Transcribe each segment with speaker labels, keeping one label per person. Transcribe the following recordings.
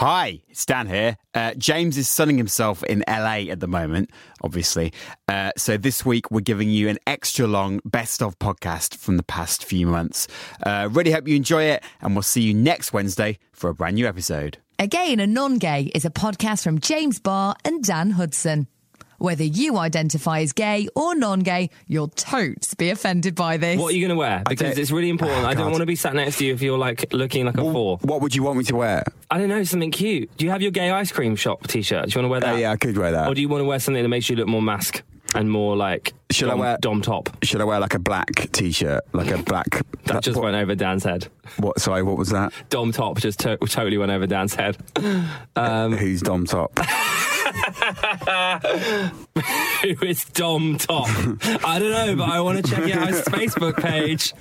Speaker 1: Hi, it's Dan here. Uh, James is sunning himself in LA at the moment, obviously. Uh, so this week we're giving you an extra long best of podcast from the past few months. Uh, really hope you enjoy it, and we'll see you next Wednesday for a brand new episode.
Speaker 2: Again, a Non Gay is a podcast from James Barr and Dan Hudson. Whether you identify as gay or non gay, you'll totes be offended by this.
Speaker 3: What are you going to wear? Because
Speaker 1: don't-
Speaker 3: it's really important.
Speaker 1: Oh,
Speaker 3: I don't
Speaker 1: God.
Speaker 3: want to be sat next to you if you're like looking like a four.
Speaker 1: What would you want me to wear?
Speaker 3: I don't know, something cute. Do you have your gay ice cream shop t shirt? Do you want to wear
Speaker 1: Oh,
Speaker 3: that?
Speaker 1: yeah, I could wear that.
Speaker 3: Or do you want to wear something that makes you look more mask and more like
Speaker 1: Should I
Speaker 3: dom,
Speaker 1: wear-
Speaker 3: dom top?
Speaker 1: Should I wear like a black t-shirt, like a black?
Speaker 3: That just
Speaker 1: what,
Speaker 3: went over Dan's head.
Speaker 1: what? Sorry, what was that?
Speaker 3: Dom top just to- totally went over Dan's head. Um,
Speaker 1: Who's Dom Top?
Speaker 3: Who is Dom top? I don't know, but I want to check out his Facebook page.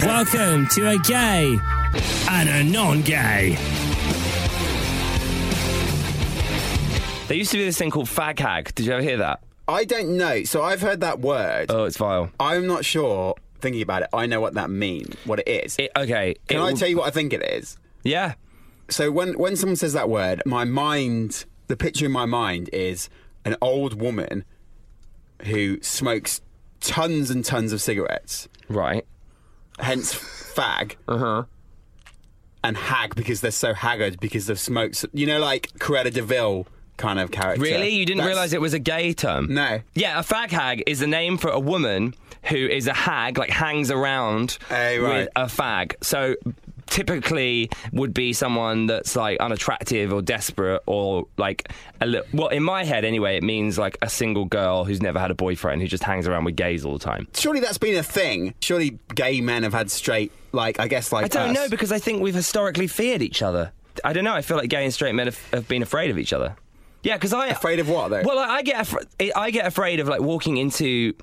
Speaker 3: Welcome to a gay and a non-gay. There used to be this thing called fag hag. Did you ever hear that?
Speaker 4: I don't know. So I've heard that word.
Speaker 3: Oh, it's vile.
Speaker 4: I'm not sure. Thinking about it, I know what that means. What it is.
Speaker 3: It, okay.
Speaker 4: Can I tell you what I think it is?
Speaker 3: Yeah.
Speaker 4: So when when someone says that word, my mind, the picture in my mind is an old woman who smokes tons and tons of cigarettes,
Speaker 3: Right.
Speaker 4: hence fag. Uh huh.
Speaker 3: Uh-huh.
Speaker 4: And hag because they're so haggard because they've smoked. so- You know, like Coretta Deville kind of character.
Speaker 3: Really? You didn't
Speaker 4: That's-
Speaker 3: realise it was a gay term?
Speaker 4: No.
Speaker 3: Yeah, a fag hag is the name for a woman who is a hag, like hangs around
Speaker 4: Eh,
Speaker 3: with
Speaker 4: right.
Speaker 3: a fag. So typically would be someone that's like unattractive or desperate or like a li- well in my head anyway it means like a single girl who's never had a boyfriend who just hangs around with gays all the time
Speaker 4: Surely that's been a thing. Surely gay men have had straight, like I guess, like
Speaker 3: i don't
Speaker 4: us.
Speaker 3: know because i think we've historically feared each other i don't know i feel like gay and straight men have, have been afraid of each other yeah because i
Speaker 4: Afraid of what, though?
Speaker 3: Well, I I get afra- I get afraid of like walking into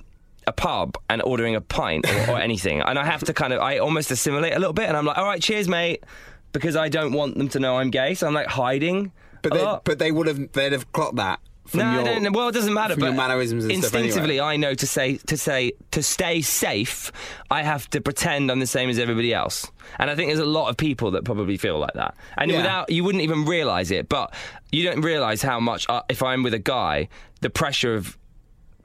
Speaker 3: a pub and ordering a pint or, or anything, and I have to kind of I almost assimilate a little bit, and I'm like, all right, cheers, mate, because I don't want them to know I'm gay, so I'm like hiding.
Speaker 4: But
Speaker 3: a
Speaker 4: they,
Speaker 3: lot.
Speaker 4: but they would have they'd have clocked that. From
Speaker 3: no,
Speaker 4: your,
Speaker 3: no, no, well, it doesn't matter.
Speaker 4: from
Speaker 3: But
Speaker 4: your mannerisms and stuff anyway.
Speaker 3: instinctively, I know to say to say to stay safe, I have to pretend I'm the same as everybody else. And I think there's a lot of people that probably feel like that. And
Speaker 4: Yeah.
Speaker 3: without you wouldn't even realize it, but you don't realize how much uh, if I'm with a guy, the pressure of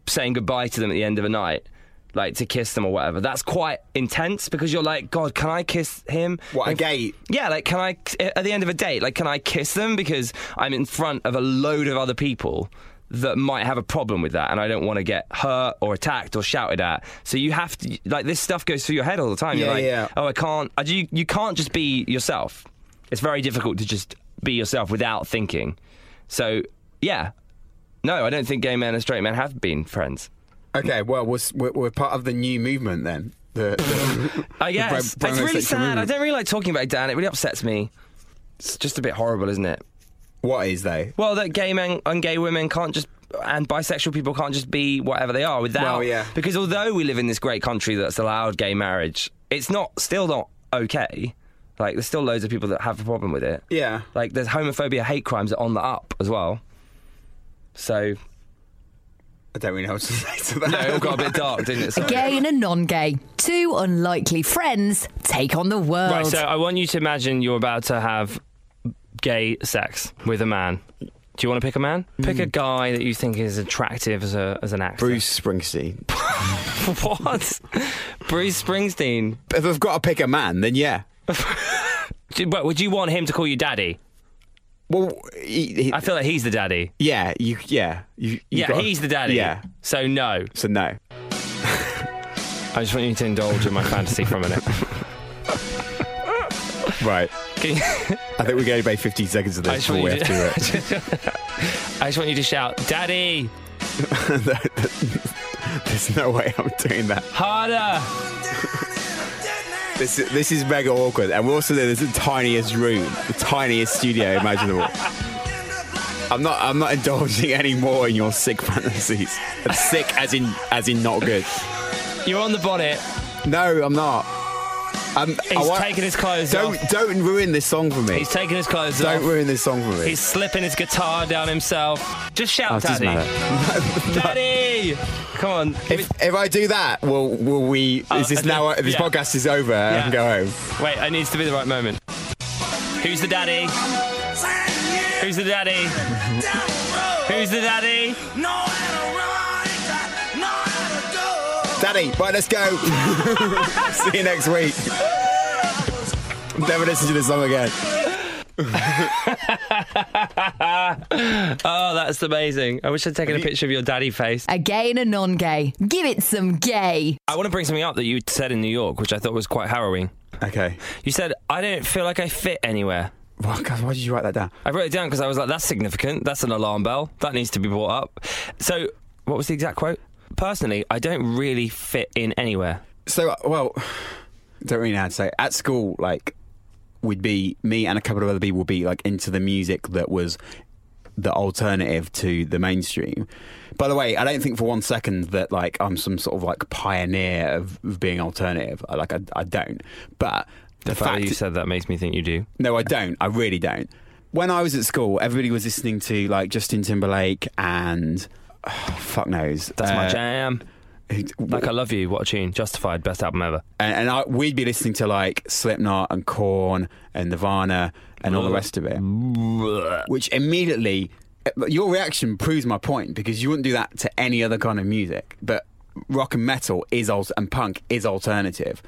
Speaker 3: saying goodbye to them at the end of a night. Like to kiss them or whatever. That's quite intense because you're like, God, can I kiss him?
Speaker 4: What, a
Speaker 3: And-
Speaker 4: gay-
Speaker 3: yeah, like can I eh, at the end of a date, like can I kiss them because I'm in front of a load of other people that might have a problem with that and I don't want to get hurt or attacked or shouted at. So you have to like this stuff goes through your head all the time. You're
Speaker 4: Yeah,
Speaker 3: like,
Speaker 4: yeah.
Speaker 3: oh, I can't. I, you you can't just be yourself. It's very difficult to just be yourself without thinking. So yeah, no, I don't think gay men and straight men have been friends.
Speaker 4: Okay, well we're, s- we're, we're part of the new movement then. The, the-
Speaker 3: I guess
Speaker 4: bro-
Speaker 3: Uh, it's really
Speaker 4: bromosexual
Speaker 3: sad. I
Speaker 4: movement.
Speaker 3: don't really like talking about it, Dan. It really upsets me. It's just a bit horrible, isn't it?
Speaker 4: what is though?
Speaker 3: Well, that gay men and gay women can't just and bisexual people can't just be whatever they are without.
Speaker 4: Well, yeah.
Speaker 3: Because although we live in this great country that's allowed gay marriage, it's not still not okay. Like there's still loads of people that have a problem with it.
Speaker 4: Yeah.
Speaker 3: Like there's homophobia, hate crimes are on the up as well. So
Speaker 4: I don't really know what to say to that.
Speaker 3: no, it all got a bit dark, didn't it?
Speaker 2: A
Speaker 3: Sorry.
Speaker 2: gay and a non gay. Two unlikely friends take on the world.
Speaker 5: Right, so I want you to imagine you're about to have gay sex with a man. Do you want to pick a man?
Speaker 3: Hmm.
Speaker 5: Pick a guy that you think is attractive as a as an actor.
Speaker 6: Bruce Springsteen.
Speaker 5: what? Bruce Springsteen.
Speaker 1: If I've got to pick a man, then yeah.
Speaker 5: Do- But would you want him to call you daddy?
Speaker 1: Well, he, he-
Speaker 5: I feel like he's the daddy.
Speaker 1: yeah, you, yeah, you, you
Speaker 5: Yeah,
Speaker 1: gotta-
Speaker 5: he's the daddy.
Speaker 1: Yeah,
Speaker 5: So no.
Speaker 1: so no.
Speaker 5: I just want you to indulge in my fantasy for a minute.
Speaker 1: Right.
Speaker 5: Can you-
Speaker 1: I think we go about 15 seconds of
Speaker 5: I
Speaker 1: this
Speaker 5: just
Speaker 1: before
Speaker 5: want
Speaker 1: we
Speaker 5: you
Speaker 1: have
Speaker 5: to-
Speaker 1: to do it.
Speaker 5: I just want you to shout, "Daddy,
Speaker 1: There's no way I'm doing that.
Speaker 5: harder!"
Speaker 1: This, this is mega awkward. And we're also in the tiniest room, the tiniest studio imaginable. I'm not. I'm not indulging any more in your sick fantasies. Sick, as in, as in not good.
Speaker 5: You're on the bonnet.
Speaker 1: No, I'm not. I'm,
Speaker 5: He's taking his clothes
Speaker 1: Don't
Speaker 5: off.
Speaker 1: don't ruin this song for me.
Speaker 5: He's taking his clothes
Speaker 1: don't
Speaker 5: off.
Speaker 1: ruin this song for me.
Speaker 5: He's slipping his guitar down himself. Just shout,
Speaker 1: Oh, it doesn't
Speaker 5: Daddy.
Speaker 1: matter.
Speaker 5: Daddy! Come on. give
Speaker 1: If, if I do that, will will we?
Speaker 5: Oh,
Speaker 1: is this
Speaker 5: okay.
Speaker 1: now? This
Speaker 5: Yeah.
Speaker 1: podcast is over. I
Speaker 5: Yeah.
Speaker 1: can go home.
Speaker 5: it- Wait, it needs to be the right moment.
Speaker 3: Who's the daddy? Who's the daddy? Who's the daddy?
Speaker 1: Daddy, right, let's go. See you next week. Never listen to this song again.
Speaker 3: Oh, that's amazing. I wish I'd taken a picture of your daddy face.
Speaker 2: A gay and a non gay. Give it some gay.
Speaker 3: I want to bring something up that you said in New York, which I thought was quite harrowing.
Speaker 1: Okay.
Speaker 3: You said, I don't feel like I fit anywhere.
Speaker 1: Well, God, why did you write that down?
Speaker 3: I wrote it down because I was like, that's significant. That's an alarm bell. That needs to be brought up. So, what was the exact quote? Personally, I don't really fit in anywhere.
Speaker 1: So, uh, well, don't really know how to say. It. At school, like, we'd be me and a couple of other people would be like into the music that was the alternative to the mainstream. By the way, I don't think for one second that like I'm some sort of like pioneer of, of being alternative. I- Like, I, I don't. But the,
Speaker 3: The fact that you said that makes me think you do.
Speaker 1: No, I don't. I really don't. When I was at school, everybody was listening to like Justin Timberlake and oh, fuck knows.
Speaker 3: That's my
Speaker 1: Uh,
Speaker 3: jam.
Speaker 1: who-
Speaker 3: Like, I love you. What a tune. Justified. Best album ever.
Speaker 1: and, and I, we'd be listening to like Slipknot and Korn and Nirvana and all the rest of it, which immediately your reaction proves my point because you wouldn't do that to any other kind of music, but rock and metal is al- and punk is alternative.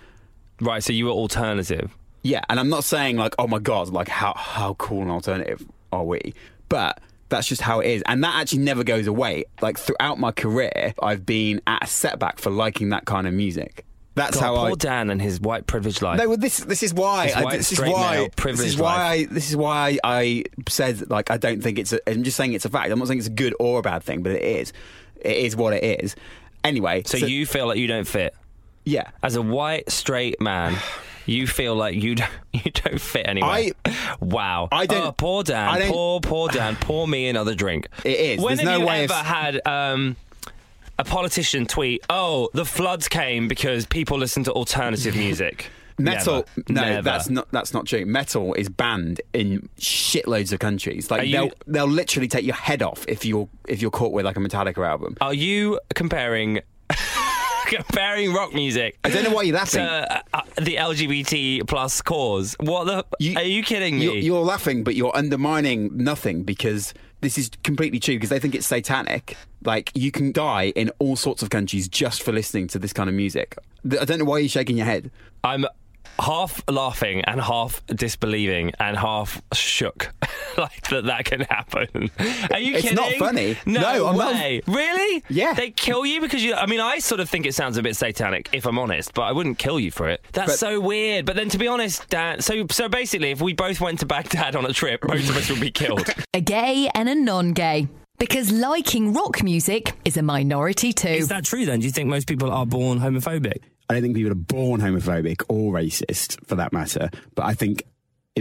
Speaker 3: Right, so you were alternative.
Speaker 1: Yeah, and I'm not saying like, oh my god, like how how cool an alternative are we? But that's just how it is, and that actually never goes away. Like throughout my career, I've been at a setback for liking that kind of music. That's
Speaker 3: God,
Speaker 1: how
Speaker 3: poor
Speaker 1: I.
Speaker 3: Dan and his white privileged life.
Speaker 1: No, well, this this is why
Speaker 3: This
Speaker 1: I,
Speaker 3: white
Speaker 1: this is
Speaker 3: straight male
Speaker 1: why this
Speaker 3: privileged
Speaker 1: is why I, this is why I said like I don't think it's. A, I'm just saying it's a fact. I'm not saying it's a good or a bad thing, but it is. It is what it is. Anyway,
Speaker 3: so, you feel like you don't fit.
Speaker 1: yeah. uh,
Speaker 3: As a white straight man, you feel like you don't, you don't fit anywhere.
Speaker 1: I-
Speaker 3: wow.
Speaker 1: I don't-
Speaker 3: Oh, poor Dan.
Speaker 1: I don't-
Speaker 3: poor poor Dan. Pour me another drink.
Speaker 1: It is.
Speaker 3: When
Speaker 1: There's
Speaker 3: have
Speaker 1: no
Speaker 3: you
Speaker 1: way of-
Speaker 3: ever had um, a politician tweet? Oh, the floods came because people listen to alternative music.
Speaker 1: Metal,
Speaker 3: Never.
Speaker 1: no,
Speaker 3: Never.
Speaker 1: that's not that's not true. Metal is banned in shitloads of countries. Like
Speaker 3: Are you-
Speaker 1: they'll they'll literally take your head off if you're if you're caught with like a Metallica album.
Speaker 3: Are you comparing comparing rock music?
Speaker 1: I don't know why you're laughing.
Speaker 3: To uh, uh, the LGBT plus cause. What the? are you kidding me?
Speaker 1: You're, you're laughing, but you're undermining nothing because this is completely true. Because they think it's satanic. Like you can die in all sorts of countries just for listening to this kind of music. Th- I don't know why you're shaking your head.
Speaker 3: I'm half laughing and half disbelieving and half shook like that that can happen. Are you
Speaker 1: It's
Speaker 3: kidding?
Speaker 1: not funny.
Speaker 3: No,
Speaker 1: No, I'm not-
Speaker 3: way. Really?
Speaker 1: Yeah.
Speaker 3: They kill you because you I mean I sort of think it sounds a bit satanic if I'm honest, but I wouldn't kill you for it. That's
Speaker 1: But-
Speaker 3: so weird. But then to be honest, Dan, so so basically if we both went to Baghdad on a trip, both of us would be killed.
Speaker 2: A gay and a non gay. Because liking rock music is a minority too.
Speaker 7: Is that true then? Do you think most people are born homophobic?
Speaker 8: I don't think people are born homophobic or racist for that matter, but I think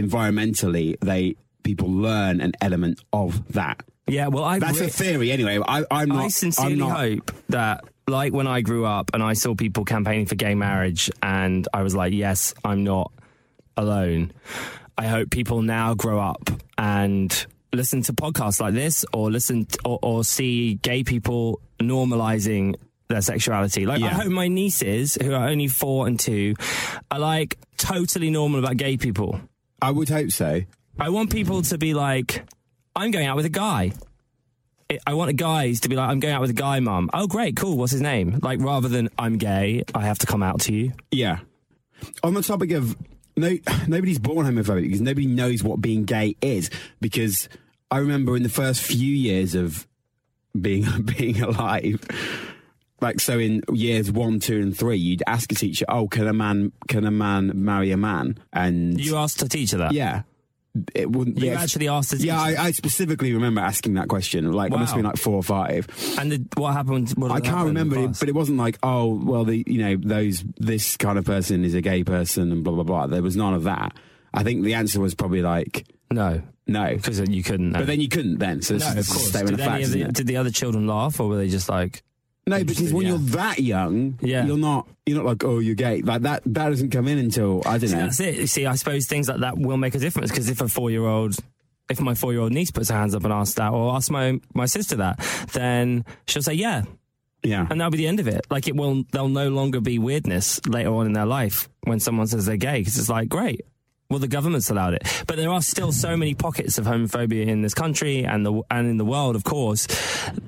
Speaker 8: environmentally they people learn an element of that.
Speaker 7: Yeah, well, I
Speaker 8: That's
Speaker 7: re-
Speaker 8: a theory anyway. I, I'm not
Speaker 7: I sincerely
Speaker 8: am not,
Speaker 7: hope that, like when I grew up and I saw people campaigning for gay marriage, and I was like, yes, I'm not alone. I hope people now grow up and listen to podcasts like this, or listen t- or, or see gay people normalizing their sexuality. Like I
Speaker 8: Yeah.
Speaker 7: hope my nieces, who are only four and two, are like totally normal about gay people.
Speaker 8: I would hope so.
Speaker 7: I want people to be like, I'm going out with a guy. I- I want guys to be like, I'm going out with a guy, mum. Oh, great, cool. What's his name? Like, rather than I'm gay, I have to come out to you.
Speaker 8: Yeah. On the topic of no, nobody's born homophobic because nobody knows what being gay is. Because I remember in the first few years of being being alive, like so in years one, two, and three, you'd ask a teacher, "Oh, can a man can a man marry a man?" And
Speaker 7: You asked a teacher that.
Speaker 8: yeah, it wouldn't.
Speaker 7: You
Speaker 8: be ex-
Speaker 7: actually asked a teacher.
Speaker 8: yeah, I, I specifically remember asking that question. Like, I must have
Speaker 7: Wow.
Speaker 8: been like four or five.
Speaker 7: And the, what happened? What
Speaker 8: I can't remember it, but it wasn't like, oh, well, the you know, those this kind of person is a gay person and blah blah blah. There was none of that. I think the answer was probably like
Speaker 7: no,
Speaker 8: no,
Speaker 7: because you couldn't.
Speaker 8: but then you couldn't then. So it's
Speaker 7: no,
Speaker 8: just
Speaker 7: of
Speaker 8: a
Speaker 7: course.
Speaker 8: statement of
Speaker 7: Did, any
Speaker 8: fact.
Speaker 7: of the,
Speaker 8: isn't it?
Speaker 7: did the other children laugh, or were they just like,
Speaker 8: No, because when
Speaker 7: yeah.
Speaker 8: you're that young,
Speaker 7: Yeah.
Speaker 8: you're not you're not like oh you're gay like that. That doesn't come in until I don't
Speaker 7: See,
Speaker 8: know.
Speaker 7: that's it. You See, I suppose things like that will make a difference because if a four year old, if my four year old niece puts her hands up and asks that, or asks my my sister that, then she'll say yeah,
Speaker 8: Yeah,
Speaker 7: and that'll be the end of it. Like it will, there'll no longer be weirdness later on in their life when someone says they're gay because it's like great. Well, the government's allowed it, but there are still so many pockets of homophobia in this country and the and in the world, of course,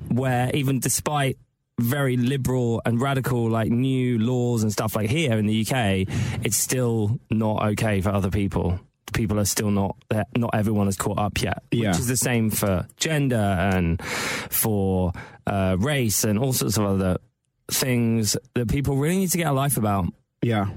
Speaker 7: where even despite very liberal and radical like new laws and stuff like here in the UK, it's still not okay for other people. People are still not that- not everyone is caught up yet,
Speaker 8: Yeah.
Speaker 7: which is the same for gender and for uh, race and all sorts of other things that people really need to get a life about.
Speaker 8: Yeah.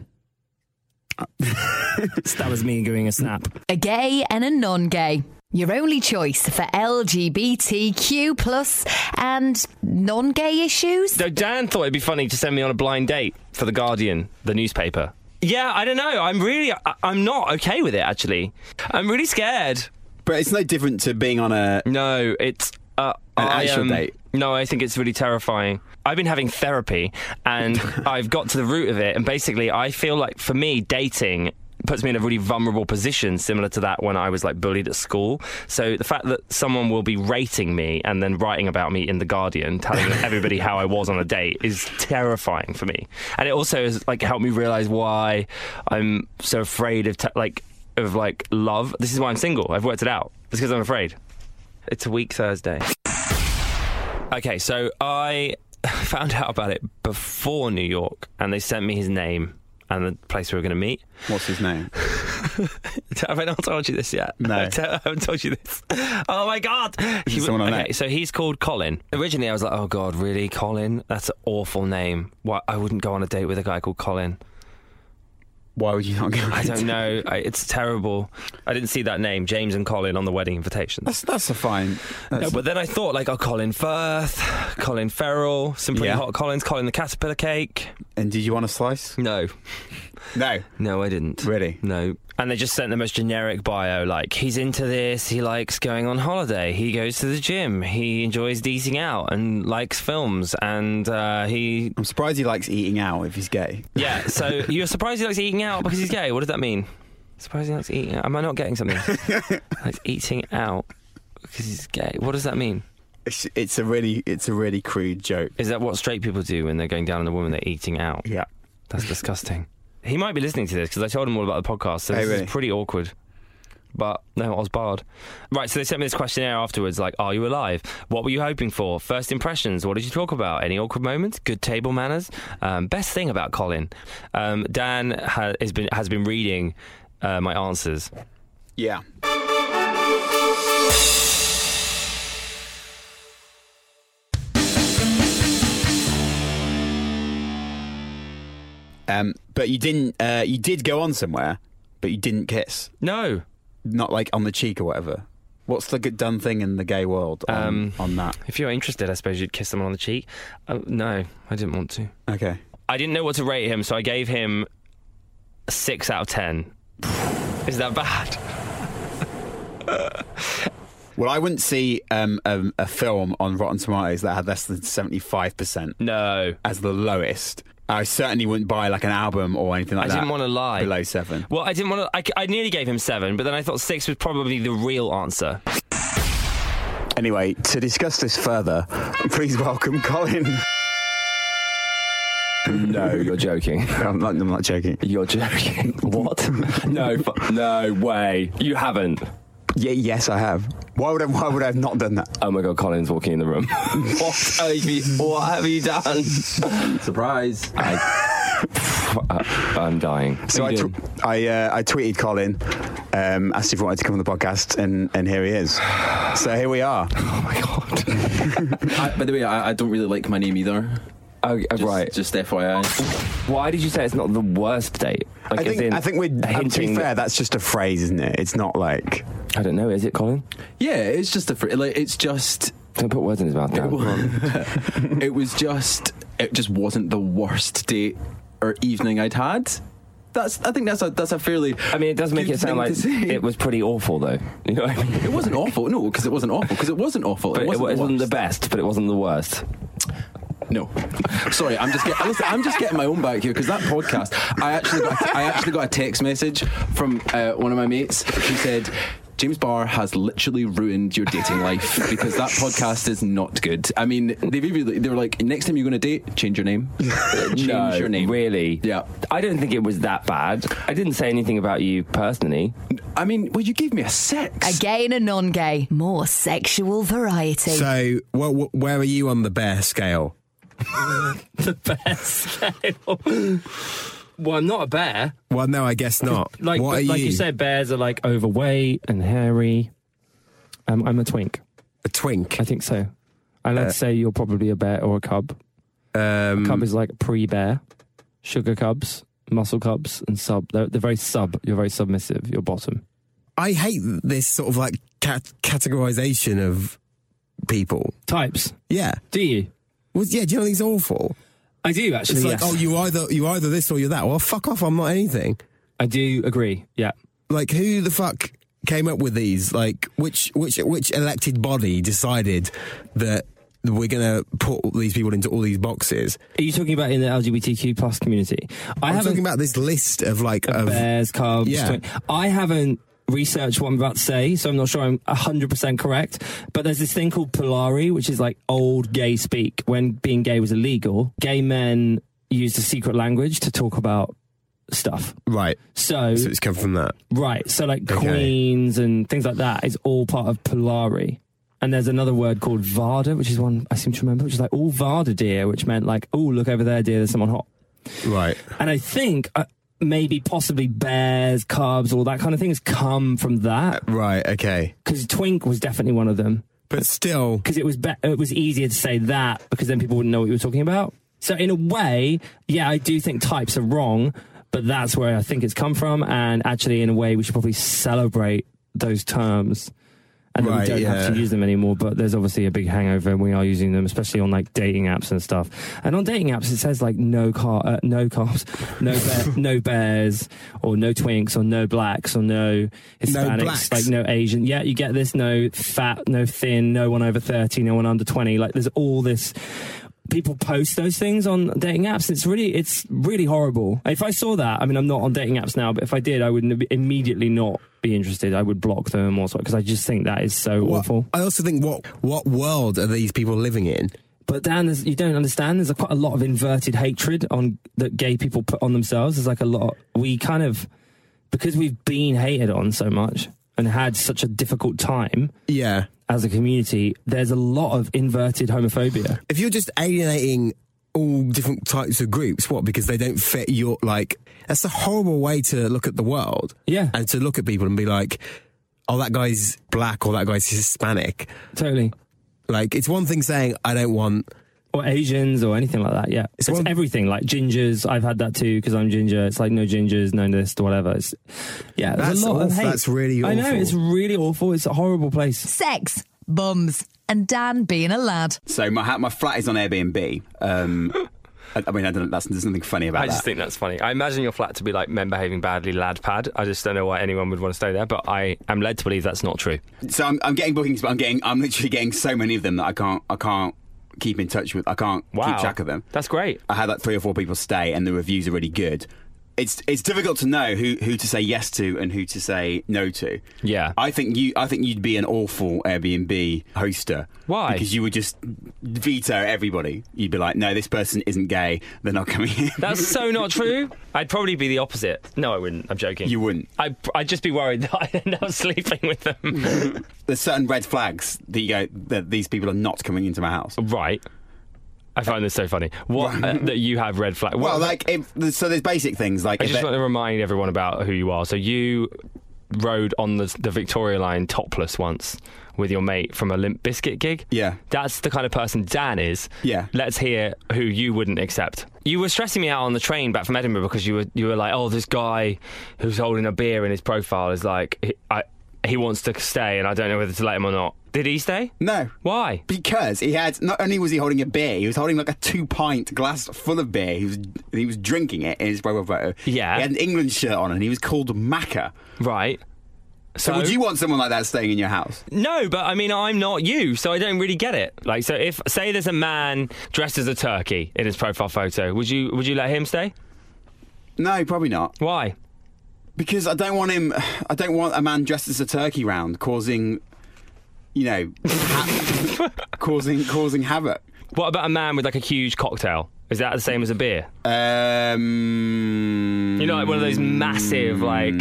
Speaker 7: that was me doing a snap.
Speaker 2: a gay and a non-gay. Your only choice for LGBTQ plus and non-gay issues.
Speaker 3: So Dan thought it'd be funny to send me on a blind date for the Guardian, the newspaper.
Speaker 9: Yeah, I don't know. I'm really, I, I'm not okay with it. Actually, I'm really scared.
Speaker 1: But it's no different to being on a.
Speaker 9: No, it's uh,
Speaker 1: An
Speaker 9: I,
Speaker 1: actual
Speaker 9: um,
Speaker 1: date.
Speaker 9: No, I think it's really terrifying. I've been having therapy, and I've got to the root of it. And basically, I feel like for me, dating puts me in a really vulnerable position, similar to that when I was like bullied at school. So the fact that someone will be rating me and then writing about me in the Guardian, telling everybody how I was on a date, is terrifying for me. And it also has like helped me realize why I'm so afraid of te- like of like love. This is why I'm single. I've worked it out. It's because I'm afraid. It's a week Thursday.
Speaker 3: Okay, so I found out about it before New York, and they sent me his name and the place we were going to meet.
Speaker 1: What's his name?
Speaker 3: Have I not told you this yet?
Speaker 1: No.
Speaker 3: I te- I haven't told you this. Oh my god! He
Speaker 1: it
Speaker 3: wa-
Speaker 1: someone I
Speaker 3: okay,
Speaker 1: met?
Speaker 3: so he's called Colin. Originally, I was like, oh god, really, Colin? That's an awful name. Why I wouldn't go on a date with a guy called Colin.
Speaker 1: Why would you not go?
Speaker 3: I don't know. I, it's terrible. I didn't see that name, James and Colin, on the wedding invitations.
Speaker 1: That's, that's a fine.
Speaker 3: No,
Speaker 1: That's,
Speaker 3: but then I thought like, oh, Colin Firth, Colin Farrell, some pretty
Speaker 1: Yeah.
Speaker 3: hot Collins, Colin the Caterpillar Cake.
Speaker 1: and did you want a slice?
Speaker 3: No,
Speaker 1: No.
Speaker 3: no, I didn't.
Speaker 1: Really?
Speaker 3: No. And they just sent the most generic bio like, he's into this, he likes going on holiday, he goes to the gym, he enjoys eating out and likes films, and uh, he.
Speaker 1: I'm surprised he likes eating out if he's gay.
Speaker 3: Yeah, so you're surprised he likes eating out because he's gay. What does that mean? Surprised he likes eating out. Am I not getting something? likes eating out because he's gay. What does that mean?
Speaker 1: It's, it's a really, it's a really crude joke.
Speaker 3: Is that what straight people do when they're going down on a woman? They're eating out.
Speaker 1: Yeah.
Speaker 3: That's disgusting. He might be listening to this because I told him all about the podcast, so
Speaker 1: Oh,
Speaker 3: this
Speaker 1: really?
Speaker 3: is pretty awkward. But no, I was barred. Right, so they sent me this questionnaire afterwards like, Are you alive? What were you hoping for? First impressions? What did you talk about? Any awkward moments? Good table manners? Um, best thing about Colin? Um, Dan ha- has, been, has been reading uh, my answers.
Speaker 1: Yeah. Um, but you didn't. Uh, you did go on somewhere, but you didn't kiss.
Speaker 3: No.
Speaker 1: Not like on the cheek or whatever. What's the good done thing in the gay world on,
Speaker 3: Um,
Speaker 1: on that?
Speaker 3: If you're interested, I suppose you'd kiss someone on the cheek. Uh, no, I didn't want to.
Speaker 1: Okay.
Speaker 3: I didn't know what to rate him, so I gave him a six out of ten. Is that bad?
Speaker 1: Well, I wouldn't see um, um, a film on Rotten Tomatoes that had less than seventy-five percent
Speaker 3: No.
Speaker 1: as the lowest. I certainly wouldn't buy like an album or anything like
Speaker 3: I
Speaker 1: that.
Speaker 3: didn't want to lie.
Speaker 1: below seven.
Speaker 3: Well, I didn't want to. I, I nearly gave him seven, but then I thought six was probably the real answer.
Speaker 1: Anyway, to discuss this further, please welcome Colin.
Speaker 10: No, you're joking.
Speaker 1: I'm not, I'm not joking.
Speaker 10: You're joking. What? no, fu- no way. You haven't.
Speaker 1: Yeah, yes, I have. Why would I, why would I have not done that?
Speaker 10: Oh my god, Colin's walking in the room. what, have you, what have you done? Surprise. I, am dying.
Speaker 1: So I, tw- I, uh, I tweeted Colin, um, asked if he wanted to come on the podcast, and, and here he is. So here we are.
Speaker 10: oh my god.
Speaker 11: I, by the way, I, I don't really like my name either.
Speaker 10: Okay,
Speaker 11: Just,
Speaker 10: oh, right.
Speaker 11: Just FYI.
Speaker 10: Why did you say it's not the worst date? Like,
Speaker 1: I
Speaker 10: as
Speaker 1: think,
Speaker 10: in
Speaker 1: I think we're, um, to be
Speaker 10: hinting
Speaker 1: fair, that's just a phrase, isn't it? It's not like.
Speaker 10: that- I don't know. Is it Colin?
Speaker 11: Yeah, it's just a. fr- Like, it's just.
Speaker 10: Don't put words in his mouth. Dan.
Speaker 11: It was just. It just wasn't the worst date or evening I'd had. That's. I think that's a. That's a fairly.
Speaker 10: I mean, it does make
Speaker 11: good
Speaker 10: it sound
Speaker 11: thing
Speaker 10: like
Speaker 11: to say.
Speaker 10: it was pretty awful, though. You know what I mean?
Speaker 11: It wasn't awful. No, because it wasn't awful. Because it wasn't awful.
Speaker 10: But it
Speaker 11: wasn't,
Speaker 10: wasn't, the
Speaker 11: worst.
Speaker 10: best, but it wasn't the worst.
Speaker 11: No, sorry, I'm just get, listen, I'm just getting my own back here because that podcast. I actually got I actually got a text message from uh, one of my mates who said. James Barr has literally ruined your dating life because that podcast is not good. I mean, they've even, they were like, next time you're going to date, change your name. change
Speaker 12: no,
Speaker 11: your name.
Speaker 12: Really?
Speaker 11: Yeah.
Speaker 12: I don't think it was that bad. I didn't say anything about you personally.
Speaker 11: I mean, well, you gave me a six.
Speaker 2: A gay and a non gay. More sexual variety.
Speaker 7: So, wh- wh- where are you on the bear scale?
Speaker 3: the bear scale. well, I'm not a bear.
Speaker 7: Well, no, I guess not.
Speaker 3: Like
Speaker 7: what are
Speaker 3: like you?
Speaker 7: you?
Speaker 3: said, bears are like overweight and hairy. Um, I'm a twink.
Speaker 7: a twink.
Speaker 3: I think so. And let's say you're probably a bear or a cub.
Speaker 7: Uh, Um,
Speaker 3: Cub is like pre-bear, sugar cubs, muscle cubs, and sub. They're, they're very sub. You're very submissive. You're bottom.
Speaker 7: I hate this sort of like cat- categorization of people.
Speaker 3: Types.
Speaker 7: Yeah.
Speaker 3: Do you?
Speaker 7: Well, yeah, do you know these awful?
Speaker 3: I do actually.
Speaker 7: It's
Speaker 3: yes.
Speaker 7: like, oh, you either you either this or you're that. Well, fuck off. I'm not anything.
Speaker 3: I do agree. Yeah.
Speaker 7: Like, who the fuck came up with these? Like, which which which elected body decided that we're gonna put all these people into all these boxes?
Speaker 3: Are you talking about in the LGBTQ plus community? I
Speaker 7: I'm
Speaker 3: haven't.
Speaker 7: talking about this list of like of
Speaker 3: bears, cubs.
Speaker 7: Yeah.
Speaker 3: twin- I haven't researched what I'm about to say, so I'm not sure I'm 100% correct. But there's this thing called Polari, which is like old gay speak. When being gay was illegal, gay men used a secret language to talk about stuff.
Speaker 7: right.
Speaker 3: So,
Speaker 7: So it's come from that.
Speaker 3: right. So, like
Speaker 7: Okay.
Speaker 3: queens and things like that is all part of Polari. And there's another word called Varda, which is one I seem to remember, which is like, all Varda, dear, which meant like, oh, look over there, dear, there's someone hot.
Speaker 7: Right.
Speaker 3: And I think uh, maybe possibly bears, cubs, all that kind of thing has come from that
Speaker 7: Right. Okay.
Speaker 3: because twink was definitely one of them
Speaker 7: But still,
Speaker 3: because it was be- it was easier to say that because then people wouldn't know what you were talking about. So in a way, yeah, I do think types are wrong, but that's where I think it's come from. And actually, in a way, we should probably celebrate those terms. And that we
Speaker 7: Right,
Speaker 3: don't have to
Speaker 7: yeah.
Speaker 3: use them anymore, but there's obviously a big hangover, and we are using them, especially on like dating apps and stuff. And on dating apps, it says like no car, uh, no cars, no bear, no bears, or no twinks, or no blacks, or no Hispanics,
Speaker 7: blacks.
Speaker 3: like no Asian. Yeah, you get this. No fat, no thin, no one over 30, no one under 20. Like there's all this. People post those things on dating apps. It's really, it's really horrible. If I saw that, I mean, I'm not on dating apps now, but if I did, I would n- immediately not be interested. I would block them or something because I just think that is so
Speaker 7: what-
Speaker 3: awful.
Speaker 7: I also think what what world are these people living in?
Speaker 3: But Dan, there's, you don't understand. There's a, quite a lot of inverted hatred on that gay people put on themselves. There's like a lot. We kind of because we've been hated on so much and had such a difficult time
Speaker 7: Yeah.
Speaker 3: as a community, there's a lot of inverted homophobia.
Speaker 7: if you're just alienating all different types of groups, what? Because they don't fit your like. That's a horrible way to look at the world.
Speaker 3: Yeah.
Speaker 7: and to look at people and be like, "Oh, that guy's black," or "That guy's Hispanic."
Speaker 3: Totally.
Speaker 7: Like, it's one thing saying, "I don't want."
Speaker 3: Or Asians or anything like that. Yeah. It's,
Speaker 7: It's one-
Speaker 3: everything like gingers. I've had that too because I'm ginger. It's like no gingers, no this, whatever. It's, yeah. There's
Speaker 7: That's
Speaker 3: a lot of
Speaker 7: awful.
Speaker 3: hate.
Speaker 7: That's really
Speaker 3: I know.
Speaker 7: awful.
Speaker 3: It's really awful. It's a horrible place.
Speaker 2: Sex, bums, and Dan being a lad.
Speaker 1: So my ha- my flat is on Airbnb. Um, I, I mean, I don't. That's, there's nothing funny about
Speaker 13: I just
Speaker 1: that.
Speaker 13: think that's funny. I imagine your flat to be like men behaving badly, lad pad. I just don't know why anyone would want to stay there, but I am led to believe that's not true.
Speaker 1: so I'm, I'm getting bookings, but I'm getting I'm literally getting so many of them that I can't I can't keep in touch with. I can't
Speaker 13: Wow.
Speaker 1: keep track of them.
Speaker 13: That's great.
Speaker 1: I had like three or four people stay, and the reviews are really good. It's it's difficult to know who, who to say yes to and who to say no to.
Speaker 13: Yeah.
Speaker 1: I think you I think you'd be an awful Airbnb hoster.
Speaker 13: Why?
Speaker 1: Because you would just veto everybody. You'd be like, no, this person isn't gay. They're not coming in.
Speaker 13: That's so not true. I'd probably be the opposite. No, I wouldn't. I'm joking.
Speaker 1: You wouldn't.
Speaker 13: I, I'd just be worried that I'd end up sleeping with them.
Speaker 1: There's certain red flags that you go that these people are not coming into my house.
Speaker 13: right. I find this so funny. What uh, that you have red flag?
Speaker 1: Well,
Speaker 13: what-
Speaker 1: like if, so there's basic things like
Speaker 13: I
Speaker 1: if
Speaker 13: just
Speaker 1: they-
Speaker 13: want to remind everyone about who you are. So you rode on the, the Victoria Line topless once with your mate from a Limp Biscuit gig.
Speaker 1: Yeah.
Speaker 13: That's the kind of person Dan is.
Speaker 1: Yeah.
Speaker 13: Let's hear who you wouldn't accept. You were stressing me out on the train back from Edinburgh because you were you were like, oh, this guy who's holding a beer in his profile is like, he, I, he wants to stay, and I don't know whether to let him or not. Did he stay?
Speaker 1: no.
Speaker 13: Why?
Speaker 1: Because he had not only was he holding a beer, he was holding like a two pint glass full of beer. He was he was drinking it in his profile photo.
Speaker 13: Yeah.
Speaker 1: he had an England shirt on, and he was called Macca.
Speaker 13: Right.
Speaker 1: So would you want someone like that staying in your house?
Speaker 13: No, but I mean, I'm not you, so I don't really get it. Like, so if say there's a man dressed as a turkey in his profile photo, would you would you let him stay?
Speaker 1: No, probably not.
Speaker 13: Why?
Speaker 1: Because I don't want him. I don't want a man dressed as a turkey round causing, you know, ha- causing causing havoc.
Speaker 3: What about a man with like a huge cocktail? Is that the same as a beer?
Speaker 1: Um,
Speaker 3: You know, like one of those massive like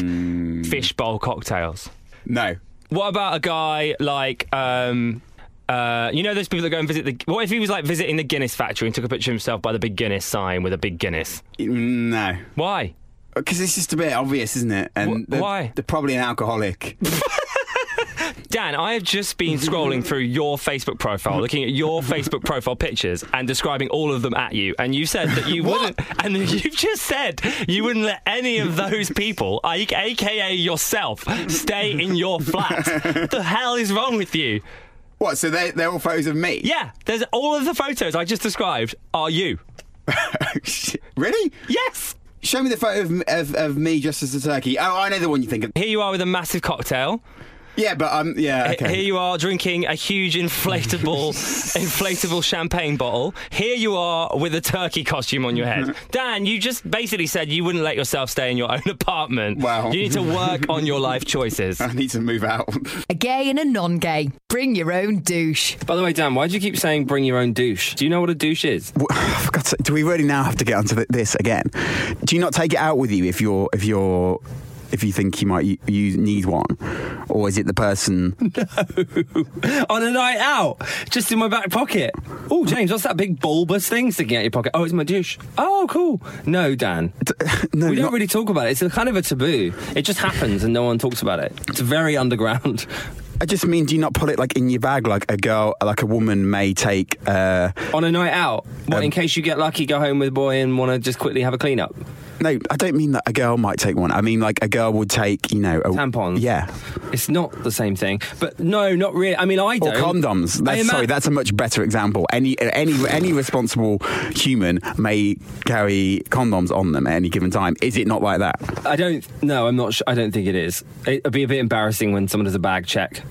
Speaker 3: fishbowl cocktails.
Speaker 1: No,
Speaker 3: What about a guy like um uh, you know those people that go and visit the. What if he was like visiting the Guinness factory and took a picture of himself by the big Guinness sign with a big Guinness?
Speaker 1: Mm, no,
Speaker 3: Why?
Speaker 1: because it's just a bit obvious, isn't it? And
Speaker 3: Wh-
Speaker 1: they're-
Speaker 3: why?
Speaker 1: They're probably an alcoholic.
Speaker 3: Dan, I have just been scrolling through your Facebook profile, looking at your Facebook profile pictures and describing all of them at you. And you said that you wouldn't, and then you've just said you wouldn't let any of those people, I- aka yourself, stay in your flat. the hell is wrong with you?
Speaker 1: what? So they they're all photos of me?
Speaker 3: Yeah, there's all of the photos I just described are you.
Speaker 1: really?
Speaker 3: Yes!
Speaker 1: Show me the photo of, of, of me dressed as a turkey. Oh, I know the one you think of.
Speaker 3: Here you are with a massive cocktail.
Speaker 1: Yeah, but um, yeah,
Speaker 3: H-
Speaker 1: okay.
Speaker 3: Here you are drinking a huge inflatable inflatable champagne bottle. Here you are with a turkey costume on your head. Dan, you just basically said you wouldn't let yourself stay in your own apartment.
Speaker 1: Wow.
Speaker 3: You need to work on your life choices.
Speaker 1: I need to move out.
Speaker 2: A gay and a non gay. Bring your own douche.
Speaker 3: By the way, Dan, why do you keep saying bring your own douche? Do you know what a douche is?
Speaker 1: For God's sake, do we really now have to get onto th- this again? Do you not take it out with you if you're if you're if you think you might you, you need one, or is it the person?
Speaker 3: on a night out, just in my back pocket. Oh, James, what's that big bulbous thing sticking out your pocket? Oh, it's my douche. Oh, cool. No, Dan.
Speaker 1: No,
Speaker 3: we don't
Speaker 1: not-
Speaker 3: really talk about it. It's a kind of a taboo. It just happens and no one talks about it. It's very underground.
Speaker 1: I just mean, do you not put it like in your bag, like a girl, like a woman may take? Uh,
Speaker 3: on a night out. What,
Speaker 1: Um,
Speaker 3: in case you get lucky, go home with a boy and want to just quickly have a clean up.
Speaker 1: no, I don't mean that a girl might take one. I mean like a girl would take, you know, a,
Speaker 3: Tampons.
Speaker 1: Yeah,
Speaker 3: It's not the same thing. But no, not really. I mean, I
Speaker 1: Or
Speaker 3: don't.
Speaker 1: condoms. That's,
Speaker 3: I ima-
Speaker 1: sorry, that's a much better example. Any any any responsible human may carry condoms on them at any given time. Is it not like that?
Speaker 3: I don't. No, I'm not. Sh- I don't think it is. It, would be a bit embarrassing when someone does a bag check.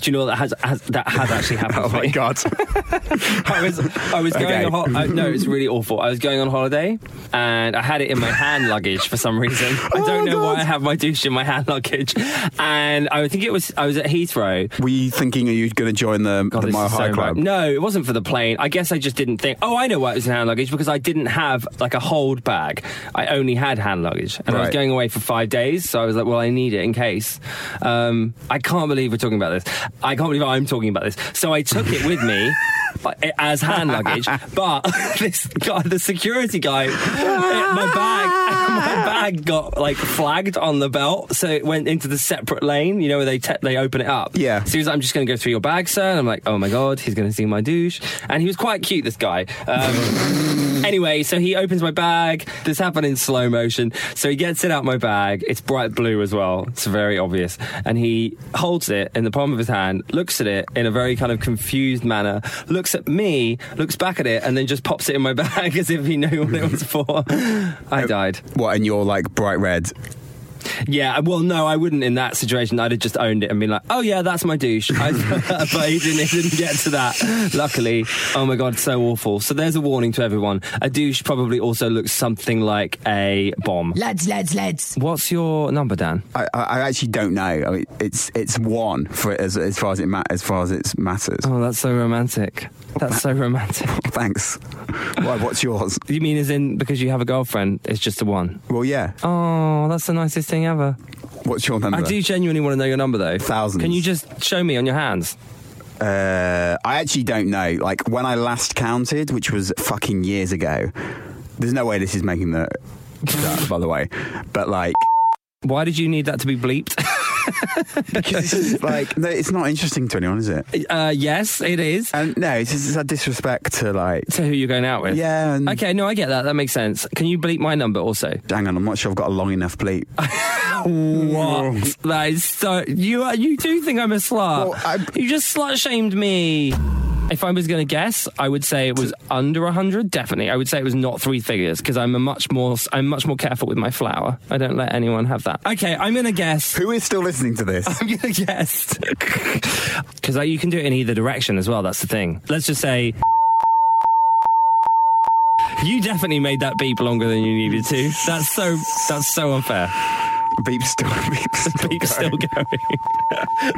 Speaker 3: Do you know that has, has that has actually happened?
Speaker 1: Oh
Speaker 3: to
Speaker 1: my
Speaker 3: me.
Speaker 1: god!
Speaker 3: I was I was going
Speaker 1: Okay.
Speaker 3: on hol- I, no, it's really awful. I was going on holiday and I had it in my hand luggage for some reason. I
Speaker 1: Oh
Speaker 3: don't know why I have my douche in my hand luggage. And I think it was I was at Heathrow
Speaker 1: Were you thinking you were going to join the,
Speaker 3: God,
Speaker 1: the
Speaker 3: this
Speaker 1: Mile
Speaker 3: is so
Speaker 1: High Club?
Speaker 3: bad. No, it wasn't for the plane. I guess I just didn't think. Oh, I know why it was in hand luggage because I didn't have like a hold bag. I only had hand luggage, and I was
Speaker 1: Right.
Speaker 3: going away for five days, so I was like, well, I need it in case. Um, I can't believe we're talking about this. I can't believe I'm talking about this. So I took it with me. like, As hand luggage, but this guy, the security guy, eh, my bag, my bag got like flagged on the belt, so it went into the separate lane. You know where they te- they open it up.
Speaker 1: Yeah.
Speaker 3: So he was like, I'm just going to go through your bag, sir. And I'm like, oh my God, he's going to see my douche. And he was quite cute, this guy. Um, anyway, so he opens my bag. This happened in slow motion. So he gets it out my bag. It's bright blue as well. It's very obvious. And he holds it in the palm of his hand, looks at it in a very kind of confused manner, looks at me, looks back at it, and then just pops it in my bag as if he knew what it was for. I died.
Speaker 1: What? And you're like bright red.
Speaker 3: Yeah, well, no, I wouldn't in that situation. I'd have just owned it and been like, oh, yeah, that's my douche. I, but he didn't, he didn't get to that, luckily. Oh my God, so awful. So there's a warning to everyone. A douche probably also looks something like a bomb.
Speaker 2: Lads, lads, lads.
Speaker 3: What's your number, Dan?
Speaker 1: I, I, I actually don't know. I mean, it's it's one for as, as far as it ma- as far as it matters.
Speaker 3: Oh, that's so romantic. That's so romantic.
Speaker 1: Thanks. Why? What's yours?
Speaker 3: You mean as in because you have a girlfriend, it's just a one?
Speaker 1: Well, yeah.
Speaker 3: Oh, that's the nicest thing ever.
Speaker 1: What's your number?
Speaker 3: I do genuinely want to know your number, though.
Speaker 1: Thousands.
Speaker 3: Can you just show me on your hands?
Speaker 1: Uh, I actually don't know. Like when I last counted, which was fucking years ago. There's no way this is making the. that, by the way, but like,
Speaker 3: Why did you need that to be bleeped?
Speaker 1: because this is like, no, it's not interesting to anyone, is it?
Speaker 3: uh, yes, it is.
Speaker 1: And no, it's, it's a disrespect to like,
Speaker 3: to who you're going out with.
Speaker 1: yeah. And,
Speaker 3: Okay, no, I get that. That makes sense. Can you bleep my number also?
Speaker 1: Hang on, I'm not sure I've got a long enough bleep.
Speaker 7: Mm.
Speaker 3: What? that is so. You are, you do think I'm a slut?
Speaker 1: Well, I-
Speaker 3: You just slut shamed me. If I was going to guess, I would say it was under 100. Definitely, I would say it was not three figures because I'm a much more I'm much more careful with my flour. I don't let anyone have that. Okay, I'm going to guess.
Speaker 1: Who is still listening to this?
Speaker 3: I'm going to guess because like, you can do it in either direction as well. That's the thing. Let's just say. You definitely made that beep longer than you needed to. That's so. That's so unfair.
Speaker 1: Beep's still, beep's still
Speaker 7: Keep
Speaker 1: going.
Speaker 7: still going.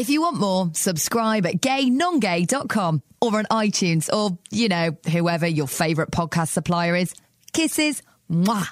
Speaker 2: If you want more, subscribe at gaynongay.com or on iTunes or, you know, whoever your favourite podcast supplier is. Kisses. Mwah.